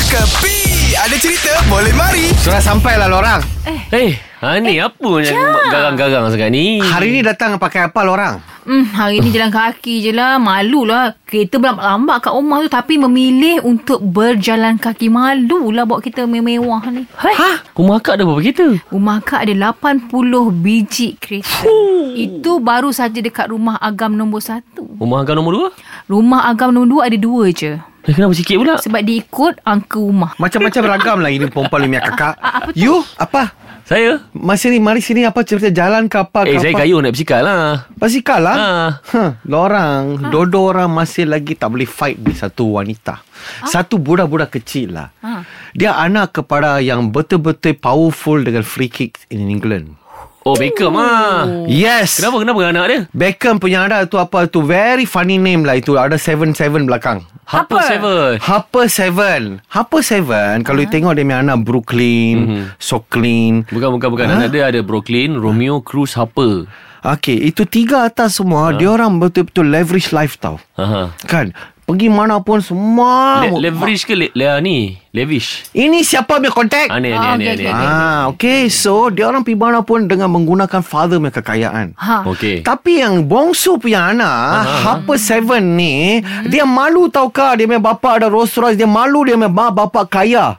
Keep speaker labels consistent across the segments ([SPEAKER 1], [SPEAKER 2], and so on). [SPEAKER 1] Kepi Ada cerita boleh mari
[SPEAKER 2] Surah sampai lah lorang
[SPEAKER 3] Eh, ha ni apa yang garang-garang sangat ni?
[SPEAKER 2] Hari ni datang pakai apa lah lorang?
[SPEAKER 4] Hmm, hari ni jalan kaki je lah. Malu lah. Kereta berlambak-lambak kat rumah tu. Tapi memilih untuk berjalan kaki. Malu lah bawa kereta mewah ni. Ha?
[SPEAKER 3] rumah akak ada berapa kereta?
[SPEAKER 4] Rumah Kak ada 80 biji kereta. Itu baru saja dekat rumah agam nombor satu.
[SPEAKER 3] Rumah akak nombor dua?
[SPEAKER 4] Rumah agam nombor dua ada dua je.
[SPEAKER 3] Eh, kenapa sikit pula?
[SPEAKER 4] Sebab diikut angka rumah.
[SPEAKER 2] Macam-macam ragam lah ini perempuan ni punya kakak. You apa?
[SPEAKER 3] Saya?
[SPEAKER 2] Masa ni mari sini apa cerita jalan ke apa ke
[SPEAKER 3] Eh, saya
[SPEAKER 2] apa?
[SPEAKER 3] kayu nak bersikal lah.
[SPEAKER 2] Pasti kalah.
[SPEAKER 3] Ha.
[SPEAKER 2] Ha. Lorang, dodo orang masih lagi tak boleh fight ni satu wanita. Satu budak-budak kecil lah.
[SPEAKER 4] Ha.
[SPEAKER 2] Dia anak kepada yang betul-betul powerful dengan free kick in England.
[SPEAKER 3] Oh, Beckham lah.
[SPEAKER 2] Oh. Yes.
[SPEAKER 3] Kenapa? Kenapa anak dia?
[SPEAKER 2] Beckham punya ada tu apa tu very funny name lah itu ada 77 belakang.
[SPEAKER 3] Harper Seven.
[SPEAKER 2] Harper Seven Harper Seven Kalau you tengok dia punya anak Brooklyn
[SPEAKER 3] Mhm.
[SPEAKER 2] mm-hmm. Soklin
[SPEAKER 3] Bukan, bukan, bukan. Anak dia ada Brooklyn, Romeo, Cruz, Harper.
[SPEAKER 2] Okay Itu tiga atas semua Dia orang betul-betul leverage life tau
[SPEAKER 3] Aha.
[SPEAKER 2] Kan Pergi mana pun semua
[SPEAKER 3] Le- leverage ke le- le- ni? Levish.
[SPEAKER 2] Ini siapa punya kontak
[SPEAKER 3] Ah, ni, ni,
[SPEAKER 4] Ah,
[SPEAKER 3] ni,
[SPEAKER 4] okay,
[SPEAKER 3] ni, ni.
[SPEAKER 4] okay.
[SPEAKER 2] Ah, okay So dia orang pergi mana pun Dengan menggunakan father punya kekayaan
[SPEAKER 4] Ha.
[SPEAKER 3] Okey.
[SPEAKER 2] Tapi yang bongsu punya anak Harper Seven ni Dia malu tau kah Dia punya bapa ada Rolls Royce Dia malu dia punya ba- bapa kaya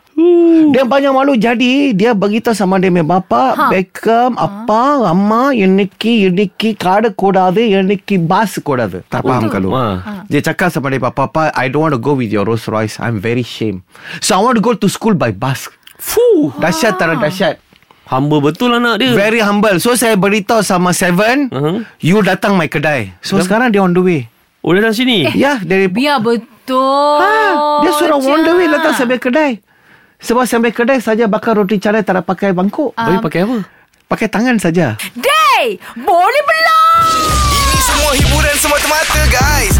[SPEAKER 2] Dia banyak malu Jadi dia beritahu sama dia punya bapa
[SPEAKER 4] Ha.
[SPEAKER 2] Beckham Apa Amma Yeniki Yeniki Kada kodade Yeniki Bas kodade Tak faham kalau
[SPEAKER 3] Ha.
[SPEAKER 2] Dia cakap sama dia Papa Papa I don't want to go with your Rolls Royce I'm very shame So I want to go to school by bus
[SPEAKER 3] Fuh.
[SPEAKER 2] Dahsyat
[SPEAKER 4] Ah.
[SPEAKER 2] tak ada dahsyat
[SPEAKER 3] Hamba betul anak dia.
[SPEAKER 2] Very humble So saya beritahu sama Seven
[SPEAKER 3] Hmm. Uh-huh.
[SPEAKER 2] You datang my kedai So sekarang dia on the way
[SPEAKER 3] Oh, datang sini?
[SPEAKER 2] Ya dari
[SPEAKER 4] Biar betul.
[SPEAKER 2] ha,
[SPEAKER 3] Oh,
[SPEAKER 2] Dia suruh
[SPEAKER 4] je.
[SPEAKER 2] on the way Datang sampai kedai Sebab sampai kedai saja Bakar roti canai Tak ada pakai mangkuk
[SPEAKER 3] Ah. Tapi pakai apa?
[SPEAKER 2] Pakai tangan saja
[SPEAKER 4] Day! Boleh belum?
[SPEAKER 1] Ini semua hiburan semata-mata guys